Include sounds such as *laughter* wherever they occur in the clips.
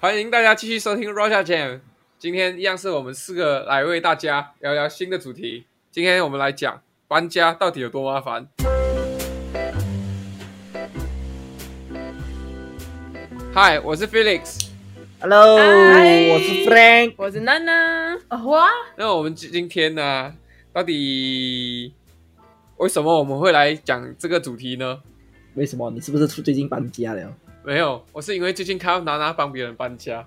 欢迎大家继续收听 Russia Jam。今天一样是我们四个来为大家聊聊新的主题。今天我们来讲搬家到底有多麻烦。嗨，我是 Felix。 Hello，嗨我是 Frank。我是娜娜，哇，那我们今今天呢、到底为什么我们会来讲这个主题呢？为什么？你是不是最近搬家了？没有，我是因为最近看到娜娜帮别人搬家。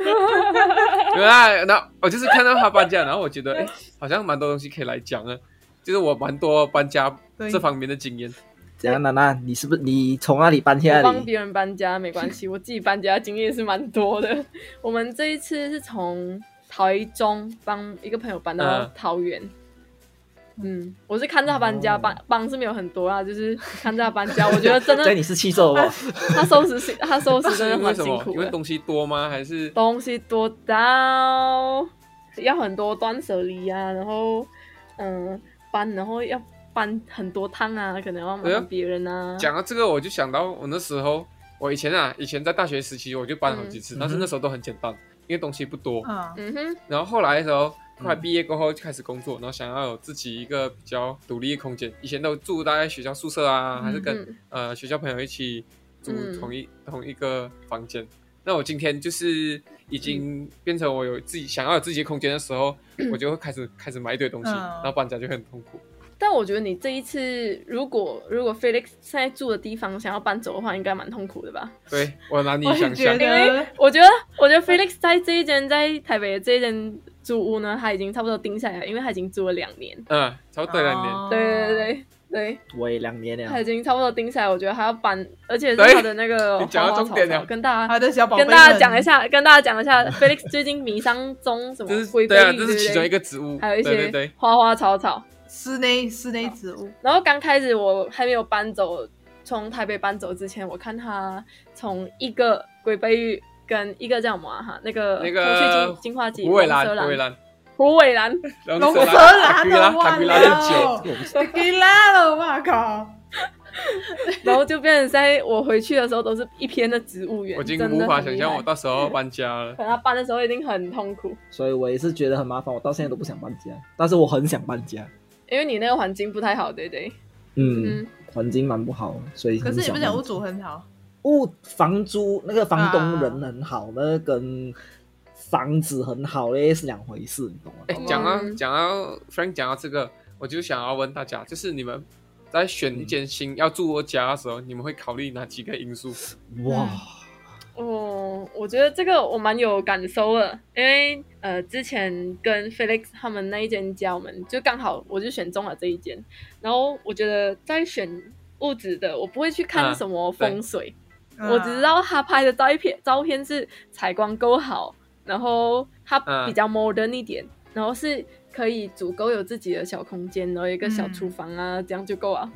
没有啦，那我就是看到她搬家，然后我觉得 *laughs* 哎、诶好像蛮多东西可以来讲啊，就是我蛮多搬家对这方面的经验。怎样，娜娜？你是不是你从那里搬我下来？帮别人搬家没 *laughs* 关系，我自己搬家经验是蛮多的。我们这一次是从台中帮一个朋友搬到嗯桃园。嗯，我是看着他搬家，哦帮帮是没有很多啊，就是看着他搬 *laughs* 家，我觉得真在的你是气受哦，他收拾辛，他收拾真的因为蛮什辛么？因苦 *laughs* 为的，东西多吗？还是东西多到要很多断舍离啊，然后嗯搬，然后要搬很多趟啊，可能要哎呀麻烦别人啊。讲到这个，我就想到我那时候，我以前啊，以前在大学时期我就搬好几次，嗯但是嗯哼那时候都很简单，因为东西不多。啊，嗯哼，然后后来的时候，后来嗯毕业过后就开始工作，然后想要有自己一个比较独立的空间。以前都住大概学校宿舍啊，还是跟、嗯呃学校朋友一起住嗯同一、同一个房间。那我今天就是已经变成我有自己想要有自己的空间的时候，我就会开始开始买一堆东西，嗯然后搬家就会很痛苦。但我觉得你这一次，如果如果 Felix 现在住的地方想要搬走的话，应该蛮痛苦的吧？对我难以我也想觉象得，因为我觉得，我觉得 Felix 在这一间在台北的这一间租屋呢，他已经差不多定下来了，因为他已经租了两年。嗯，差不多两年。哦对对对对我也两年对，他了已。经差不多定下来，我觉得还要搬，而且是啊对他的那 *laughs* 个你讲到花花重点草草了跟大家他。的小宝贝跟们，大家讲一下，跟大家讲一下，Felix 最近迷上中什这么是龟对龟啊，绿这对是不其对中一个植物，还有一对对些对，花花草草。室内室内 *laughs* 植物，然后刚开始我还没有搬走，从台北搬走之前，我看他从一个龟背玉跟一个叫什么啊哈、那个那脱个去净化剂胡伟兰，龙舌胡伟兰，兰，胡伟兰，龙龙舌舌兰，塔兰都古拉，塔忘古拉很久。了，给拉了，我靠！然后就变成在我回去的时候都是一片的植物园，我已经真的无法很想厉象害我。到时候要搬家了可。能他搬的时候一定很痛苦，所以我也是觉得很麻烦，我到现在都不想搬家，但是我很想搬家。因为你那个环境不太好，对不对？嗯嗯，环境蛮不好，所以可是你不很是想讲搬屋主很好，物房租那个房东啊人很好，那个跟房子很好嘞是两回事，你懂吗？哎、好吧讲到嗯讲到 Frank 讲到这个，我就想要问大家，就是你们在选一间新要住的家的时候，你们会考虑哪几个因素？哇，哦，我觉得这个我蛮有感受的，因为呃，之前跟 Felix 他们那一间家，我们就刚好我就选中了这一间，然后我觉得在选物质的，我不会去啊看什么对风水，啊我只知道他拍的照片照片是采光够好，然后他啊比较 modern 一点，然后是可以足够有自己的小空间，然后一个小厨房啊，这样就够啊。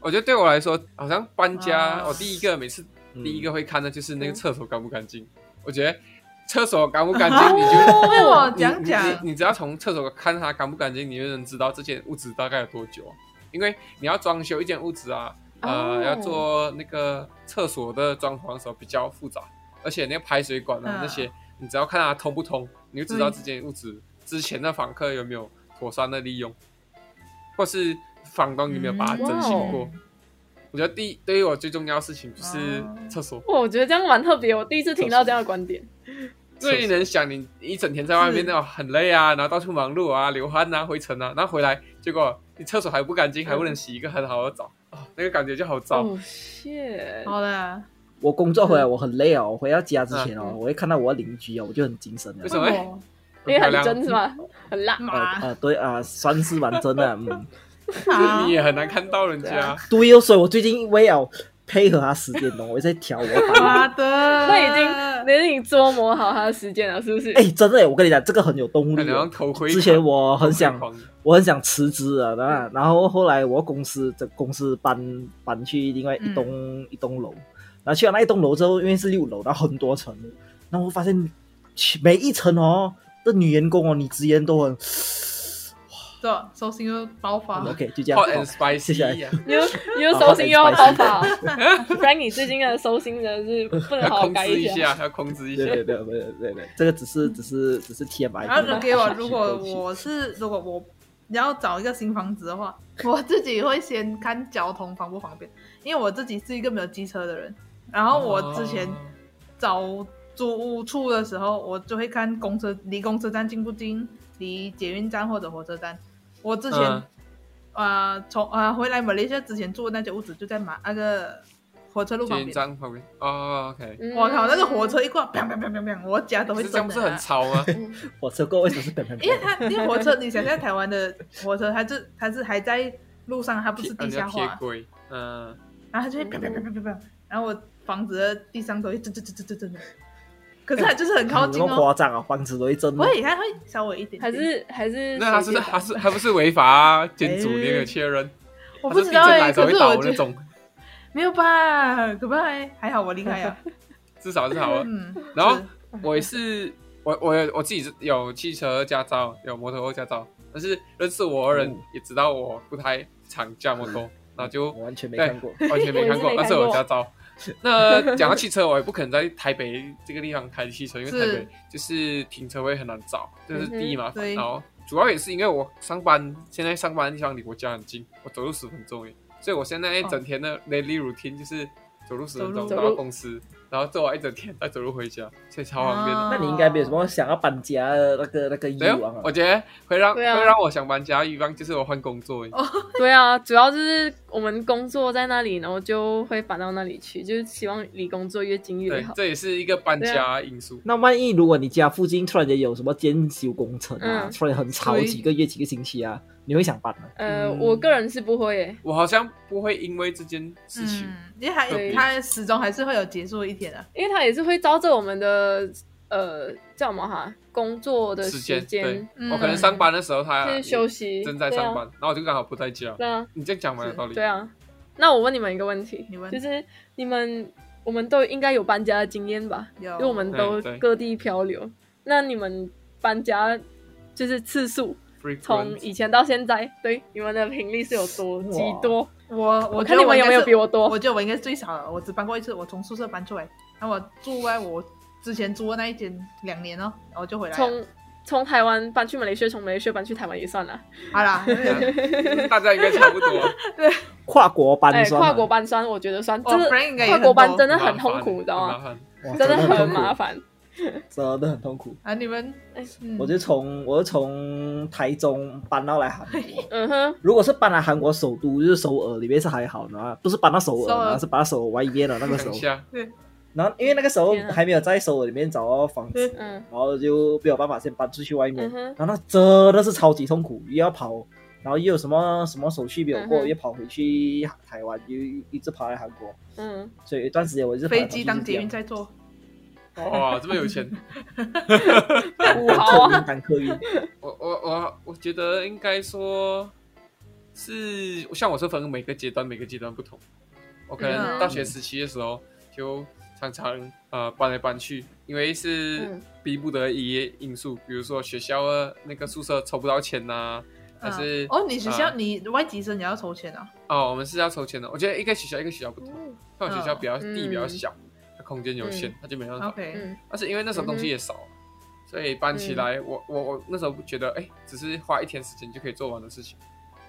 我觉得对我来说，好像搬家，啊我第一个每次嗯第一个会看的就是那个嗯厕所干不干净。我觉得厕所干不干净，你就。啊哦为我你讲你讲，你你只要从厕所看它干不干净，你就能知道这间屋子大概有多久啊。因为你要装修一间屋子啊，呃哦要做那个厕所的装潢的时候比较复杂，而且那个排水管啊、嗯那些，你只要看它通不通，你就知道对这间屋子之前的房客有没有妥善的利用，或是房东有没有把它嗯整修哇哦过。我觉得第一对于我最重要的事情就是哦厕所，哇，我觉得这样蛮特别，我第一次听到这样的观点。所以能想你一整天在外面是那种很累啊，然后到处忙碌啊，流汗啊，灰尘啊，然后回来结果你厕所还不干净，还不能洗一个很好的澡啊，那个感觉就好糟。哦，谢。好啦，我工作嗯回来我很累哦，我回到家之前哦，嗯我会看到我的邻居哦，我就很精神了为。什么我因为漂很亮真是吗？很辣。呃妈呃，对啊、算是蛮真的，嗯， *laughs* 好你也很难看到人对家啊。对哦，所以我最近为了配合他时间哦，我在调我 *laughs* 的档案。妈的，那已啊经，那已经琢磨好他的时间了，是不是？哎，真的耶，我跟你讲，这个很有动感力觉好像哦。头盔。之前我很想头盔狂我很想辞职啊，然后然后后来我公司这公司搬搬去另外一栋、嗯一栋楼，然后去了那一栋楼之后，因为是六楼，然后很多层，然后我发现每一层哦，这女员工哦，你职员都很哇，对啊，手心又爆发。嗯 OK，就这样。 hot 好 and spicy 啊， *laughs* 你又你又收心又要爆发，Frank，你最近的收心真的是不能要好好控改制一下。下，要控制一 *laughs* 对下。对对对对对对，这个只是只是只是 TMI。嗯然后留啊给我，如果我是如果我你要找一个新房子 *laughs* 的话，我自己会先看交通方不方便，因为我自己是一个没有机车的人。然后我之前哦找租屋处的时候，我就会看公车离公车站近不近，离捷运站或者火车站。我之前、嗯呃从呃回来马来西亚之前住的那间屋子就在马那个火车路捷旁运边。站旁边哦，OK，嗯我靠，那个火车一过，砰砰砰砰砰，我家都可会是这样震不的是啊、很吵吗？火车过为什么是本本？因为它因为火车，你想象台湾的火车，它是它是还在路上，它不是地人 *laughs* 家下铁化，轨，嗯，然后它就会砰砰砰砰砰砰，然后我房子的地上都会震震震震震震的。可是它就是很靠你近那么哦，夸张啊，房子都一震。不会，它会稍微一点点还是还是那他手是机他是还不是违法啊？建筑你有没有确认？我他不是知地道震哎、来才可会是倒我那觉得种，没有吧，可怕哎、还好我离 *laughs* 开了，至少是好啊。嗯，然后是我也是，我我有我自己是有汽车驾照，有摩托车驾照，但是认识我的人哦也知道我不太常驾摩托，然后就我完全没看过。完全没看过，我也是没看过但是我有驾照。那讲到汽车，我也不可能在台北这个地方开汽车，因为是台北就是停车位很难找，这是第一麻嗯哼烦。对然后主要也是因为我上班，现在上班的地方离我家很近，我走路十分钟诶，所以我现在一整天的 daily routine 就是走路十分钟到路走哦走路公司，然后做完一整天再走路回家，所以超方哦啊便的。那你应该啊没有什么想要搬家的那个那个欲没有望，我啊？觉得会让、对啊会让我想搬家的欲望就是我换工作而已，对啊，主要就是我们工作在那里，然后就会搬到那里去，就是希望离工作越近越对好，。这也是一个搬对家因素。那万一如果你家附近突然间有什么监修工程啊，嗯突然很吵所以几个月几个星期啊，你会想搬吗？呃，嗯我个人是不会耶，我好像不会因为这件事情。嗯，因为还对它始终还是会有结束的一天的、啊，因为它也是会照着我们的呃叫什么哈工作的时间哦间，哦嗯我可能上班的时候他就是休息，啊正在上班，然后我就刚好不在家。对啊，你这样讲蛮有道理。对啊，对啊。那我问你们一个问题你，问就是你们我们都应该有搬家的经验吧？有因为我们都对对各地漂流。那你们搬家就是次数， Frequent 从以前到现在，对你们的频率是有多哇极多？我我看觉得你们有应该没有是比我多我觉得我应该是最少的，我只搬过一次，我从宿舍搬出来，然后我住在我之前住的那一间两年哦，然后就回来了。从从台湾搬去马来西亚，从马来西亚搬去台湾也算了，*laughs* 好啦，呃啊大家应该差不多。跨国搬哎，算吗跨国搬算，我觉得算，哦这个 Frank 应该也跨国搬很多真的很麻痛烦苦，你知很麻烦哇道吗？真的很痛苦麻烦。真的很痛苦。啊，你们哎，嗯我就从我就从台中搬到来韩国。嗯哼，如果是搬来韩国首都，就是首尔里面是还好的啊，不是搬到首尔，首尔然后是搬到首尔外面了那个时等候一。下，然后因为那个时候天啊还没有在首尔里面找到房子，嗯然后就没有办法先搬出去外面嗯。哼，然后那真的是超级痛苦，又要跑，然后又有什么什么手续没有嗯过，哼又跑回去台湾，又一直跑来韩国，嗯，所以有一段时间我一直跑来飞跑去机就当是这捷样运在坐，哇，这么有钱！五豪啊，当客运，我我我我觉得应该说是，像我是分每个阶段，每个阶段不同。我可能嗯大学时期的时候就常常呃搬来搬去，因为是嗯逼不得已的因素，比如说学校的那个宿舍筹不到钱呐、还是啊哦，你学校啊你外籍生也要抽签啊？哦，我们是要抽签的。我觉得一个学校一个学校不同，像我学校比较地比较小，它空间有限嗯，它就没办法。嗯 OK，嗯嗯但是因为那时候东西也少，所以搬起来，我我我那时候觉得，哎，只是花一天时间就可以做完的事情。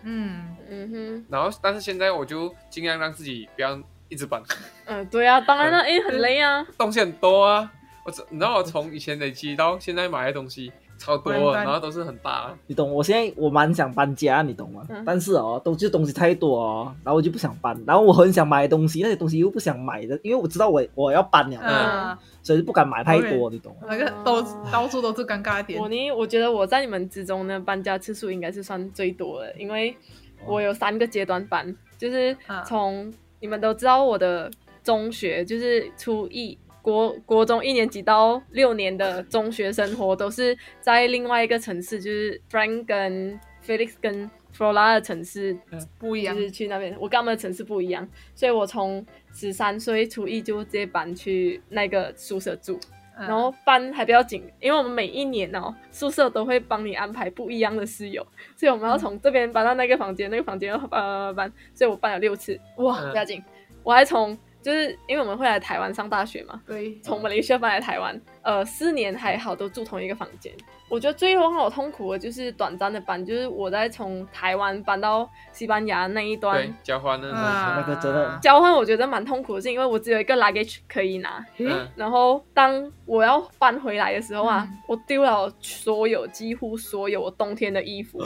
嗯，嗯哼，然后，但是现在我就尽量让自己不要一 *laughs* 直搬，嗯，对啊，当然了，哎，很累啊，东西很多啊。我只你知道我从以前累积到现在买的东西超多蛮了，搬然后都是很大啊的。你懂？我现在我蛮想搬家，你懂吗？*laughs* 嗯但是哦，东就东西太多哦，然后我就不想搬，然后我很想买东西，那些东西又不想买的，因为我知道我我要搬嗯了，嗯啊，所以就不敢买太多，你懂吗？那个都哦到处都是尴尬的点我，呢，我觉得我在你们之中呢，搬家次数应该是算最多的，因为我有三个阶段搬，就是哦啊从、你们都知道我的中学，就是初一国国中一年级到六年的中学生活，都是在另外一个城市，就是 Frank 跟 Felix 跟 Flora 的城市嗯不一样就。是去那边，我跟他们的城市不一样，所以我从十三岁初一就直接搬去那个宿舍住，嗯然后搬还比较紧，因为我们每一年哦，宿舍都会帮你安排不一样的室友，所以我们要从这边搬到那个房间，那个房间要搬搬搬搬，所以我搬了六次，哇，嗯不要紧，我还从就是因为我们会来台湾上大学嘛，对，从马来西亚搬来台湾，呃，四年还好都住同一个房间。我觉得最让我痛苦的就是短暂的搬，就是我在从台湾搬到西班牙那一对端，交换呢，啊那个真的交换，我觉得蛮痛苦的，是因为我只有一个 luggage 可以拿，嗯，然后当我要搬回来的时候啊，嗯我丢了所有几乎所有我冬天的衣 *gasps* 服，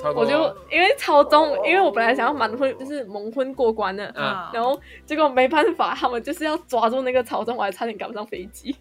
差不我多啊就因为超重，因为我本来想要蛮婚就是蒙混过关的，哦啊然后结果没办法，他们就是要抓住那个超重，我还差点赶不上飞 *laughs* 机。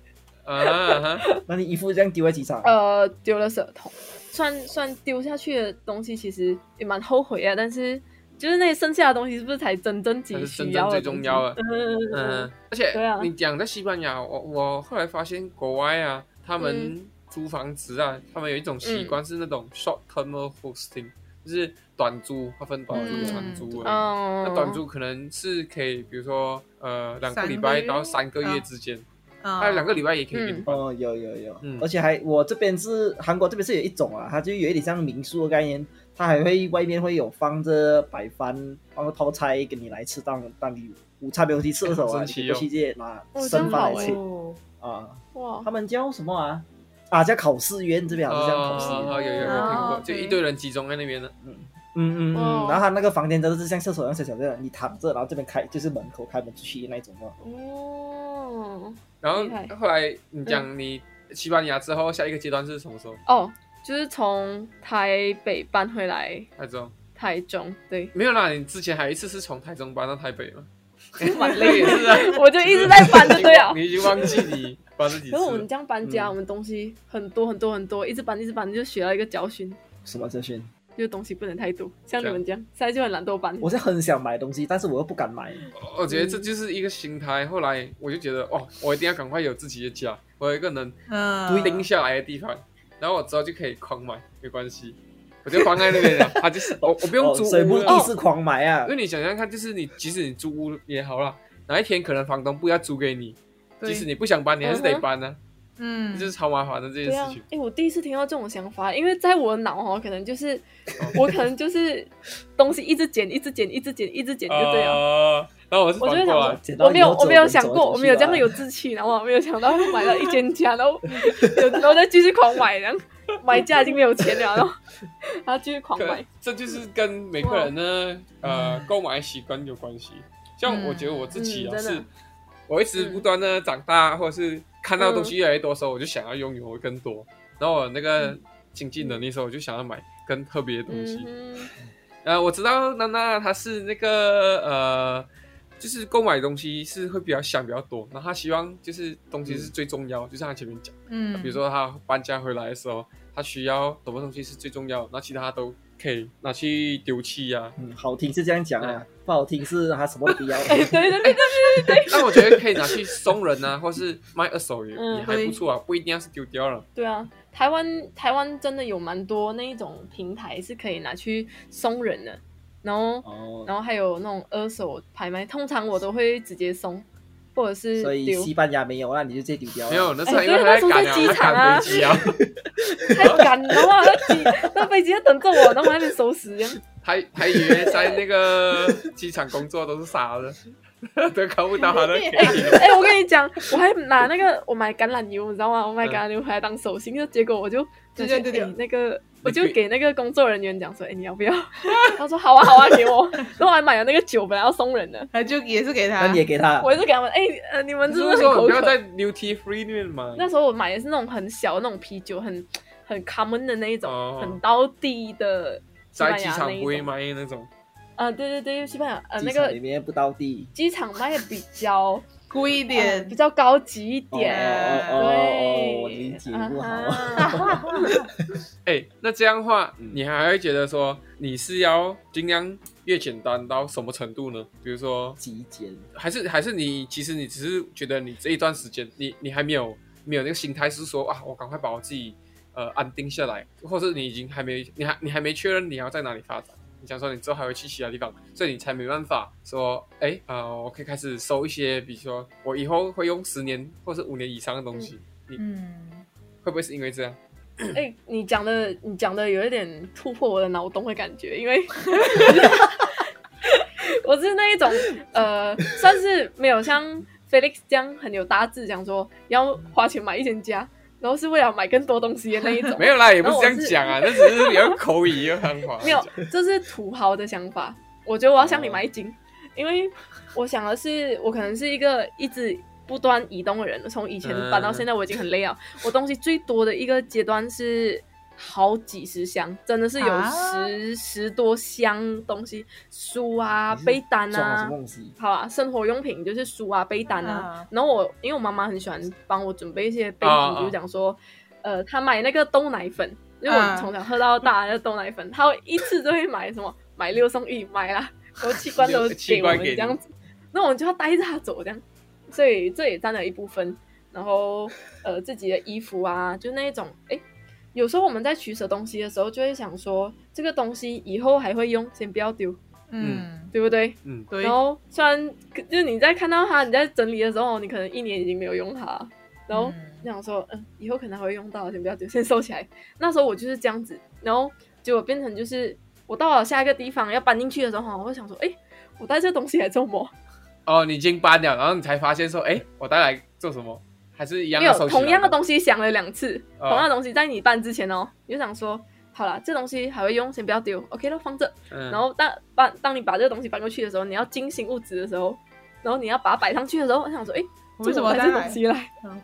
啊 *laughs* 哈，那你衣服这样丢在机场？呃，丢了圾桶，算算丢下去的东西，其实也蛮后悔啊。但是就是那剩下的东西，是不是才真正那急是需真正要的最东重西要的。嗯嗯嗯嗯，而且对啊你讲在西班牙，我我后来发现国外啊，他们嗯租房子啊，他们有一种习惯是那种 short term hosting，就是短租，它分短租、嗯长租啊。嗯，那短租可能是可以，比如说呃两个礼拜三个月到三个月啊之间，啊还有两个礼拜也可以给你嗯办。哦，有有有，嗯而且还我这边是韩国这边是有一种啊，它就有一点像民宿的概念，它还会外面会有放着白饭，放着泡菜给你来吃当当你午餐没有东西吃的时候啊，神你可奇以哦过去直接拿哦生真饭好来欸吃哦啊。哇他，们叫什么啊？啊，叫考试院这边好像叫考试啊，院，有有有哦听过，就 OK 一堆人集中在那边的，嗯嗯哦嗯。然后他那个房间真的是像厕所一样小小的，你躺着，然后这边开就是门口开门出去那种哦。哦然后厉害嗯后来你讲你西班牙之后，下一个阶段是什么时候？哦，就是从台北搬回来台中？，台中，对 *laughs* 没有啦，你之前还有一次是从台中搬到台北 *laughs* 嘛？蛮那个累也的， *laughs* 是啊，我 *laughs* 就一直在搬你已就经对了 *laughs* 忘。你已经忘记你搬了几次可是我们了。这样搬家，嗯我们东西很多很多很多，一直搬一直搬，就学到一个教训，什么哲轩？就是东西不能太多。像这你样们这样，现在就很懒惰搬。我是很想买东西，但是我又不敢买。我觉得嗯这就是一个心态。后来我就觉得，哦，我一定要赶快有自己的家，我有一个能呃嗯，定下来的地方，然后我之后就可以狂买，没关系，我就放在那边 *laughs* 了。它就是我，我不用哦，租所以屋目了，的是狂买啊因为。你想想看，就是你即使你租屋也好啦，哪一天可能房东不要租给你，对即使你不想搬，你还是得嗯哼搬呢、啊嗯，这就是超麻烦的这件对啊事情，。哎、我第一次听到这种想法，因为在我的脑哦，可能就是我可能就是东西一直捡，一直捡，一直捡，一直捡就对了。啊然后我是我就反会想过来说，啊捡到我没有，以后我没有走想走过，走我没有去这样啊有志气，然后我没有想到会买到一间家，然后有然后 *laughs* 再继续狂买，然后买家已经没有钱了，然 *laughs* 后然后继续狂可买能。这就是跟每个人呢，呃，购买习惯有关系。像我觉得我自己啊，嗯嗯嗯真的是我一直不断的长大，或者是看到东西越来越多的时候，我就想要拥有更多。然后我那个经济能力的时候，我就想要买更特别的东西。嗯哼，呃，我知道娜娜她是那个呃，就是购买东西是会比较想比较多，然后她希望就是东西是嗯最重要，就像她前面讲。嗯，比如说他搬家回来的时候，他需要什么东西是最重要的，那其他都可以拿去丢弃啊呀、嗯，好听是这样讲啊，不好听是他什么都不要。哎 *laughs* 对对对对对，那我觉得可以拿去送人啊，或是卖二手也、嗯也还不错啊，不一定要是丢掉了。对啊，台湾台湾真的有蛮多那一种平台是可以拿去送人的，然后哦，然后还有那种二手拍卖，通常我都会直接送，或者是所以丢。西班牙没有，那你就直接丢掉啊。没有，那是哎因为对他那时候赶在机啊，他场啊赶飞机啊，太赶了哇！那机那飞机在等着我，然后我还没收拾这样。他他以为在那个机场工作都是傻的，都看不到他 *laughs* 的哎、可以。哎、我跟你讲，我还拿那个我买橄榄油，你知道吗？我买橄榄油回来当手信，就结果我就直接丢掉哎那个。我你就可以给那个工作人员讲说，哎、你要不要？ *laughs* 他说好啊，好啊，给我。然后我还买了那个酒，本来要送人的，还就也是给他，那你也给他我就给他们，哎、呃，你们你真是的不很是说口你不要渴。在 New T Free 里面嘛？那时候我买的是那种很小的那种啤酒，很很 common 的那一种，哦很到地的西在班机牙那场不会一种。卖那种，啊、对对对，西班牙呃那机场个里面不到地。机场卖的比较贵一呃点啊比，较高级一哦点。哦哦对，哦，我理解不啊好。哈哎，那这样的话，嗯你还会觉得说你是要尽量越简单到什么程度呢？比如说极简，还是还是你，其实你只是觉得你这一段时间，你你还没有没有那个心态，是说啊，我赶快把我自己呃安定下来，或者你已经还没你还你还没确认你要在哪里发展，你想说你之后还会去其他地方，所以你才没办法说，哎啊、呃我可以开始收一些，比如说我以后会用十年或是五年以上的东西，嗯，会不会是因为这样？哎、你讲的你讲的有一点突破我的脑洞的感觉，因为 *laughs* 我是那一种呃，算是没有像 Felix 这样很有大志，讲说要花钱买一间家，然后是为了买更多东西的那一种。 *laughs* 没有啦，也不是这然后样我是讲啊，那 *laughs* 只是比较口语一个方法。 *laughs* 没有，这是土豪的想法。我觉得我要向你买金，因为我想的是，我可能是一个一直不断移动的人，从以前搬到现在，我已经很累了。嗯我东西最多的一个阶段是好几十箱，真的是有十、啊十多箱东西，书啊、你是被单装了什啊么，东西？好啊，生活用品就是书啊、被单啊。啊然后我因为我妈妈很喜欢帮我准备一些杯啊啊子，就是讲说，呃，她买那个豆奶粉，因为我啊从小喝到大的豆奶粉，她会一次都会买什么 *laughs* 买六送一，买啦，我器官都 *laughs* 器给我官们给这你样子，那我就要带着她走这样，所以这也占了一部分。然后呃，自己的衣服啊，就那一种，哎，有时候我们在取舍东西的时候，就会想说，这个东西以后还会用，先不要丢，嗯，对不对？嗯，对然，后虽然可就是你在看到它，你在整理的时候，你可能一年已经没有用它，然后嗯你想说，嗯，以后可能还会用到，先不要丢，先收起来。那时候我就是这样子，然后结果变成就是我到了下一个地方要搬进去的时候，我会想说，哎，我带这东西来做么？哦，你已经搬了，然后你才发现说，哎，我带来做什么？还是一样没的有收起来吗同样的东西想了两次，啊同样的东西在你搬之前哦，你就想说，好啦，这东西还会用，先不要丢，OK 了，放这。嗯然后当把当你把这个东西搬过去的时候，你要精心物质的时候，然后你要把它摆上去的时候，我想说，哎。我为什么带在这东西来？嗯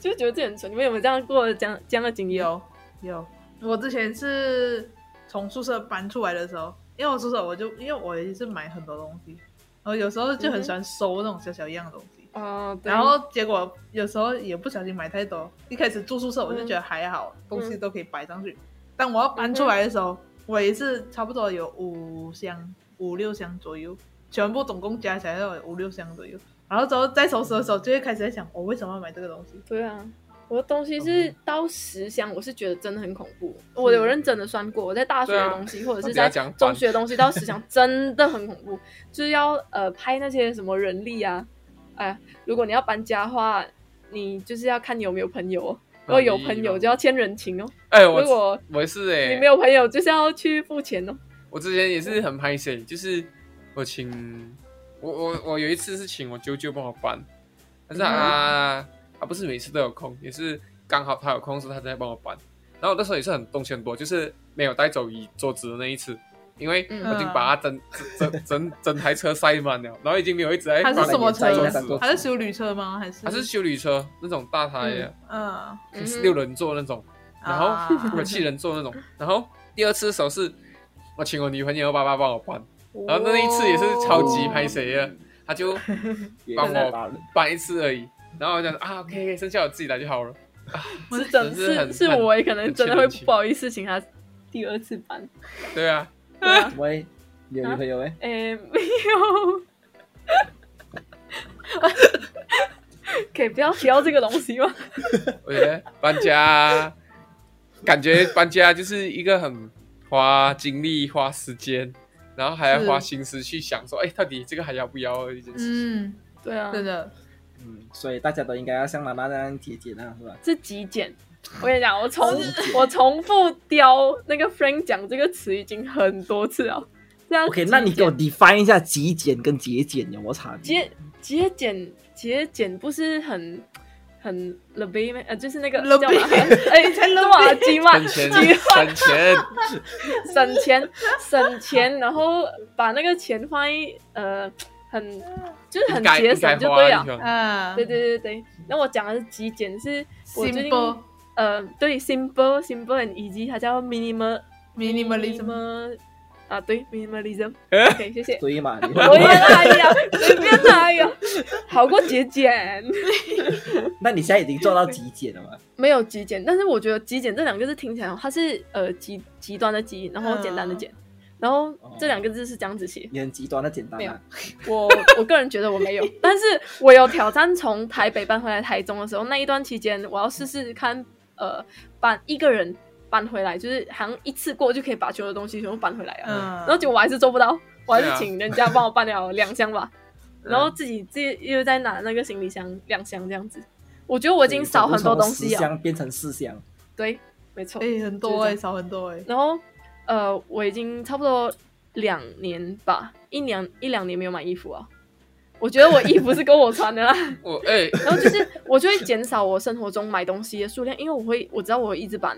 就觉得自己很蠢。你们有没有这样过这样这样的经历？有有，我之前是从宿舍搬出来的时候，因为我宿舍我就因为我也是买很多东西，然后有时候就嗯很喜欢收那种小小一样的东西，啊，对然后结果有时候也不小心买太多。一开始住宿舍我就觉得还好，东西都可以摆上去。当我要搬出来的时候，我也是差不多有五箱、五六箱左右，全部总共加起来要有五六箱左右。然后之后再收拾的时候，就会开始在想，我为什么要买这个东西？对啊，我的东西是到十箱，我是觉得真的很恐怖。我有认真的算过，我在大学对的啊东西、或者是那等下在讲反中学的东西到十箱，真的很恐怖。就是要呃拍那些什么人力啊，哎呀，如果你要搬家的话，你就是要看你有没有朋友哦。如果有朋友就要欠人情哦，哎，如我果我是哎，你没有朋友就是要去付钱哦。我之前也是很拍摄，就是我请我我我有一次是请我舅舅帮我搬，但是嗯啊、啊不是每次都有空，也是刚好他有空的时候他在帮我搬。然后我那时候也是很东西很多，就是没有带走椅桌子的那一次，因为嗯我已经把它整整整整整台车塞满了，然后已经没有一直在它是放什么车桌它子，还是修旅车吗？还是它是修理车那种大台的，嗯，嗯是六人座那种。然 *laughs* 后啊或者七人座那种。然后第二次的时候是，我请我女朋友爸爸帮我搬，然后那一次也是哦超级拍谁的，他就帮原来我大人搬一次而已。然后我讲啊，OK，剩下我自己来就好了。是真是很是是很我也可能很真的欠会人情不好意思请他第二次 *laughs* 搬。对啊，对啊，喂，你有女朋友没？诶、没有。 *laughs* 可以不要提到这个东西吗？我觉得搬家，感觉搬家就是一个很花精力、花时间，然后还要是花心思去想说，哎，到底这个还要不要的一件事情。嗯，对啊，真的，嗯，所以大家都应该要像妈妈那样节俭啊，是吧？是极简。我跟你讲，我重我重复雕那个 Frank 讲这个词已经很多次了。这样 OK，那你给我 define 一下极简跟节俭有没有差别？节节俭节俭不是很很 l e b 吗？呃，就是那个勒叫逼嘛，哎， *laughs* 才 l 嘛，鸡嘛，省鸡钱， *laughs* 嘛。省钱，省钱，省钱，然后把那个钱放在呃很就是应很该节应该省就花对一了。圈。啊，对对对对，那我讲的是极简，是我最近，simple 呃对 simple simple and easy，它叫 minimal minimalism， minimal- 啊对 minimalism。哎 OK，谢谢。对嘛？你我也哎呀，随便哎呀，好过节俭，那你现在已经做到极简 *laughs* 了嘛？没有极简，但是我觉得极简这两个字听起来哦，它是呃极极端的极，然后简单的嗯简，然后哦这两个字是这样子写，你很极端的简单没有啊，我我个人觉得我没有，但是我有挑战从台北搬回来台中的时候，那一段期间我要试试看，呃，搬一个人搬回来，就是好像一次过就可以把所有东西全部搬回来啊。嗯，然后结果我还是做不到，我还对啊是请人家帮我搬了两箱吧，嗯然后自己自己又在拿那个行李箱两箱这样子。我觉得我已经少很多东西从哦十了。箱变成四箱，对，没错。哎，很就多是这哎，样少很多哎。然后呃，我已经差不多两年吧，一两一两年没有买衣服啊。我觉得我衣服是够我穿的啦。我哎、然后就是我就会减少我生活中买东西的数量，因为我会我知道我有一只板，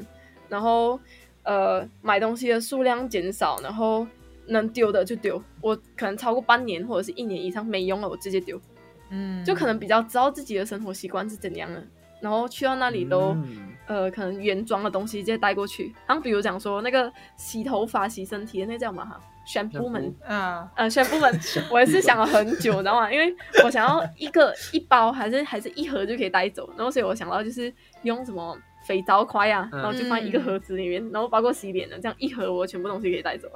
然后呃买东西的数量减少，然后能丢的就丢。我可能超过半年或者是一年以上没用了，我直接丢，嗯，就可能比较知道自己的生活习惯是怎样的，然后去到那里都。嗯呃，可能原装的东西直接带过去，然后比如讲说那个洗头发、洗身体的那叫什么哈，选部门 shampoo 啊，呃，选部门我也是想了很久，你知道吗？因为我想要一个一包还是还是一盒就可以带走，然后所以我想到就是用什么肥皂块啊，嗯然后就放一个盒子里面，然后包括洗脸的，这样一盒我全部东西可以带走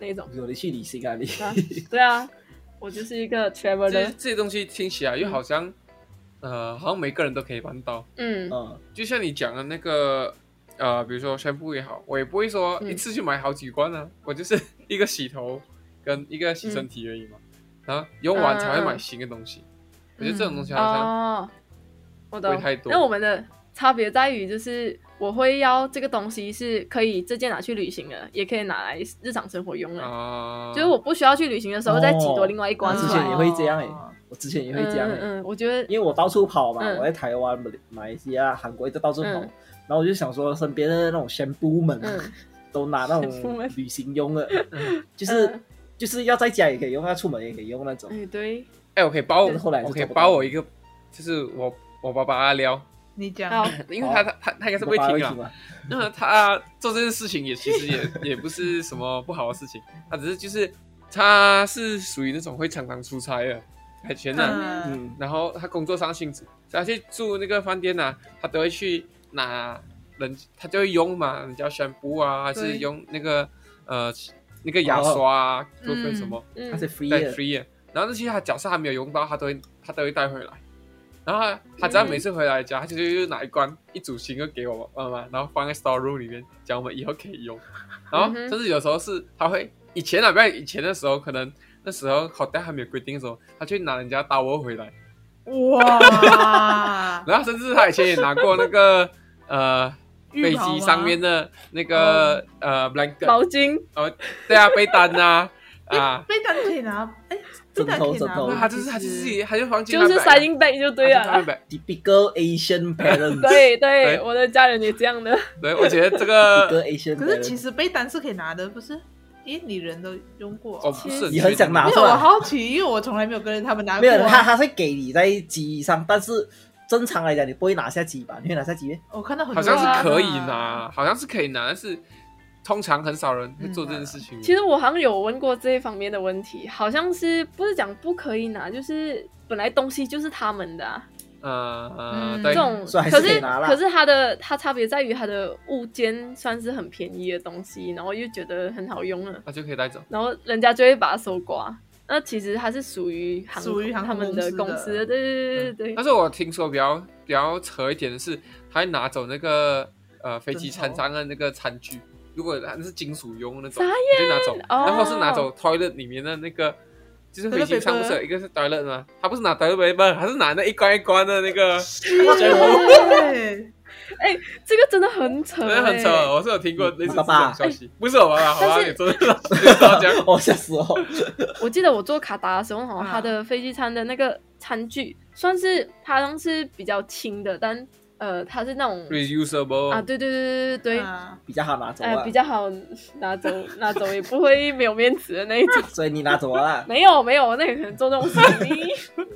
那一 *laughs* 种。有的去旅行啊，你啊对啊，我就是一个 traveler，这些这些东西听起来又好像、呃，好像每个人都可以办到。嗯，嗯，就像你讲的那个，呃，比如说宣布也好，我也不会说嗯一次就买好几罐啊，我就是一个洗头跟一个洗身体而已嘛，嗯然后用完才会买新的东西。啊我觉得这种东西好像哦，我不会懂太。多那我们的差别在于，就是我会要这个东西是可以这件拿去旅行的，也可以拿来日常生活用的。哦啊，就是我不需要去旅行的时候再挤多另外一我关之出前来。也会这哦样哎我之前也会这样嗯欸，嗯，我觉得因为我到处跑嘛，嗯我在台湾、马马来西亚、韩国一直到处跑，嗯然后我就想说身边的那种宣布们啊嗯都拿那宣布种们旅行用 *laughs* 的，就是、嗯就是要在家也可以用，要出门也可以用那种。哎对，哎，我可以包我，但是后来是我可以做不到包我一个，就是我我爸爸撩，你讲好，因为他他他他应该是不会哦我爸听爸啊听，吗？那他做这件事情也其实 *laughs* 也也不是什么不好的事情，他只是就是他是属于那种会常常出差的啊海全呐、嗯嗯，然后他工作上性质，他去住那个饭店呐、啊他都会去拿人，他就会用嘛，人家宣布啊，还是对用那个呃那个牙刷啊，做分什么它嗯是 free 带的， free 的，然后那些他假设他没有用到，他都会他都会带回来。然后他他只要每次回来家，他就就拿一罐一组新的给我妈妈，然后放在 store room 里面，讲我们以后可以用。然后嗯哼甚至有时候是他会以前啊，不要以前的时候，可能那时候好像还没有规定的时候，他去拿人家刀握回来。，*laughs* 哇然后甚至他以前也拿过那个 *laughs* 呃浴飞袍机吗上面的那个、呃 blanket，哦毛巾，哦对啊被单 *laughs* 呐啊，被单可以拿，哎，被枕单头可以拿枕头那吗，他就是他就其是实自己他就放进就是他 bag 里 sizing bag 就对啊他就放了进。他 bag typical Asian parents， *laughs* 对对，对我的家人也这样的。对，我觉得这个 *laughs* ，typical Asian 可是其 parents。实被单是可以拿的，不是？咦，你人都用过？啊我不是你很确定想拿没出有，我来，好奇，因为我从来没有跟他们拿没过有，他啊。他会给你在机上，但是正常来讲你不会拿下机吧？你会拿下机吗？我看到很好多像是可以人啊，拿，好像是可以拿，但是通常很少人会做这件事情。嗯其实我好像有问过这一方面的问题，好像是不是讲不可以拿，就是本来东西就是他们的啊。呃呃，嗯对这，种所以还是可可以是拿啦可是它的它差别在于它的物件算是很便宜的东西，然后又觉得很好用了，那就可以带走。然后人家就会把它收刮。那其实它是属于航属于航他空们的公公司司的，的对对对对但对。是我听说比较比较扯一点的是，他还拿走那个呃飞机餐枕头上的那个餐具，如果它是金属用那种，傻眼他就拿走，哦然后是拿走 toilet 里面的那个。就是飞机上不是有一个是 toilet 吗？他不是拿 toilet paper，他是拿那一关一关的那个，对，这个真的很扯、真欸，的很扯。哦我是有听过类似这爸爸种消息，不是我爸爸，好吧，但是你真的你知道这样 *laughs* 我吓死我！我记得我做卡达的时候，哈、啊它的飞机餐的那个餐具算是它好像是比较轻的，但呃，它是那种 reusable 啊，对对对对 *laughs* 对对。啊比较好拿走哎、啊，比较好拿走，拿走也不会没有面子的那一种。 *laughs* 所以你拿走了啦。 *laughs* 没有没有，那个可能做这种事情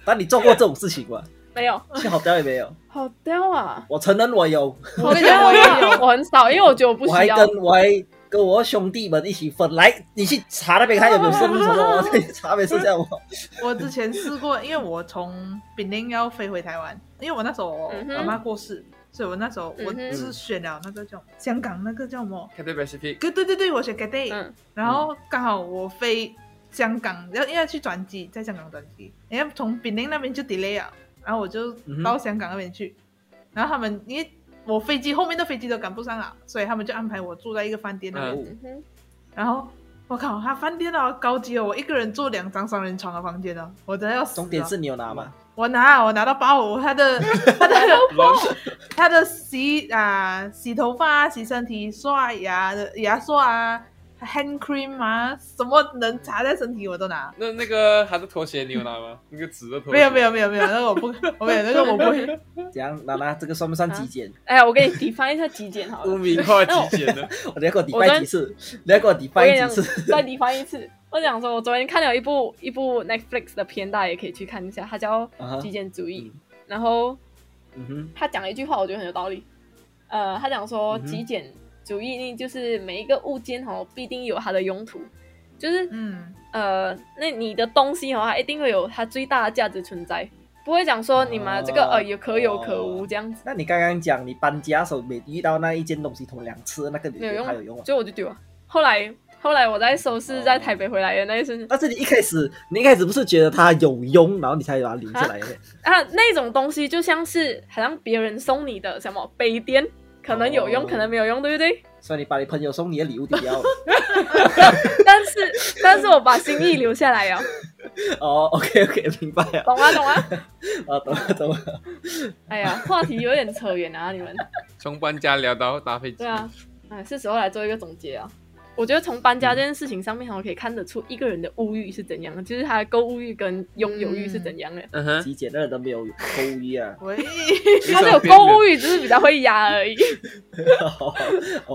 但你做过这种事情 *laughs* 吗？没有，去好掉也没有。好掉啊！我承认我有，我跟你讲，我也有，我很少，因为我觉得我不我需还要。跟我还跟我兄弟们一起分。来，你去查那边看有没有剩什么， *laughs* 我再查没剩下我。我之前试过，因为我从丙宁要飞回台湾，因为我那时候我嗯哼阿妈过世，所以我那时候我嗯哼是选了那个叫香港那个叫什么？ Cathay Pacific 对对对对，我选 g a d a y 嗯然后刚好我飞香港，要因为要去转机，在香港转机，然后从丙宁那边就 delay 了，然后我就嗯哼到香港那边去，然后他们因为我飞啊机后面的飞机都赶不上了，所以他们就安排我住在一个饭店那边，嗯嗯哼然后我靠，他饭店啊，高级哦，我一个人住两张双人床的房间哦，我真的要死了。重点是你有拿吗？我拿我拿到八五，他 *laughs* 的他的 *laughs* 乱他的洗啊洗头发啊、洗身体、刷牙的牙刷啊、hand cream 啊，什么能擦在身体我都拿。那那个他的拖鞋你有拿吗？那个纸的拖鞋没有没有没有没有，那个我不， *laughs* 我没有那个我不会。嗯怎样，娜娜，这个算不算极简？哎呀，我给你 define 一下极简好污了，名化极简的，我等下给我 d 我 e 跟几次， *laughs* 你要给我 d 我跟你 e 讲几次？再 define 一次。我想说，我昨天看了一部一部 Netflix 的片，大家也可以去看一下，它叫 *laughs* 啊哈《极简主义》嗯然后嗯哼，他讲了一句话，我觉得很有道理。呃，他讲说嗯哼极简主义呢，就是每一个物件哦，必定有它的用途，就是嗯，呃，那你的东西哦，它一定会有它最大的价值存在，不会讲说你买这个、哦呃有可有可无哦这样子，那你刚刚讲你搬家的时候，每遇到那一件东西偷两次，那个你没觉有得用它有用吗？所以我就丢了。后来后来我在收拾哦在台北回来的那一瞬间，但是你一开始，你一开始不是觉得它有用，然后你才把它留下来的？啊，那种东西就像是好像别人送你的什么杯垫，可能有用，哦可能没有用，对不对？ *laughs* 所以你把你朋友送你的礼物丢掉了。但是但是我把心意留下来了，哦，OK OK，明白了。懂吗？懂吗？啊，懂了懂了。哎呀，话题有点扯远啊，你们。从搬家聊到搭飞机对，啊，哎，是时候来做一个总结啊。我觉得从搬家这件事情上面，好像可以看得出一个人的物欲是怎样的，就是他的购物欲跟拥有欲是怎样的。嗯 *laughs* 哼，极简的人都没有偷一啊。喂，他是有购物欲，只是比较会压而已。哦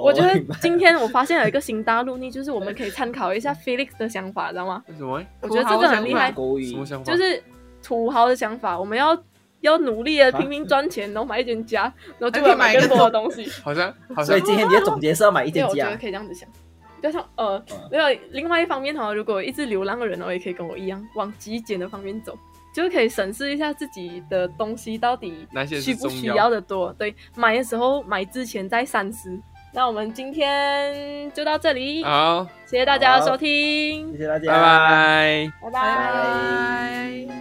我觉得明白今天我发现了一个新大陆呢，就是我们可以参考一下 Felix 的想法，知道吗？为什么欸？我觉得这个很厉害土勾豪想，引什么想法？就是土豪的想法，我们要。要努力的啊拼命赚钱，然后买一间家，然后就还可会以买买一个更多的东西。好像好像所以今天你的总结是要买一对，间我觉得啊家，可以这样子想。就像呃嗯，没有另外一方面哈，如果一直流浪的人哦，也可以跟我一样往极简的方面走，就可以审视一下自己的东西到底哪些是需不重需要要的多。对，买的时候买之前再三思。那我们今天就到这里，啊好，谢谢大家的好收听谢，谢大拜家，拜。拜拜拜。拜。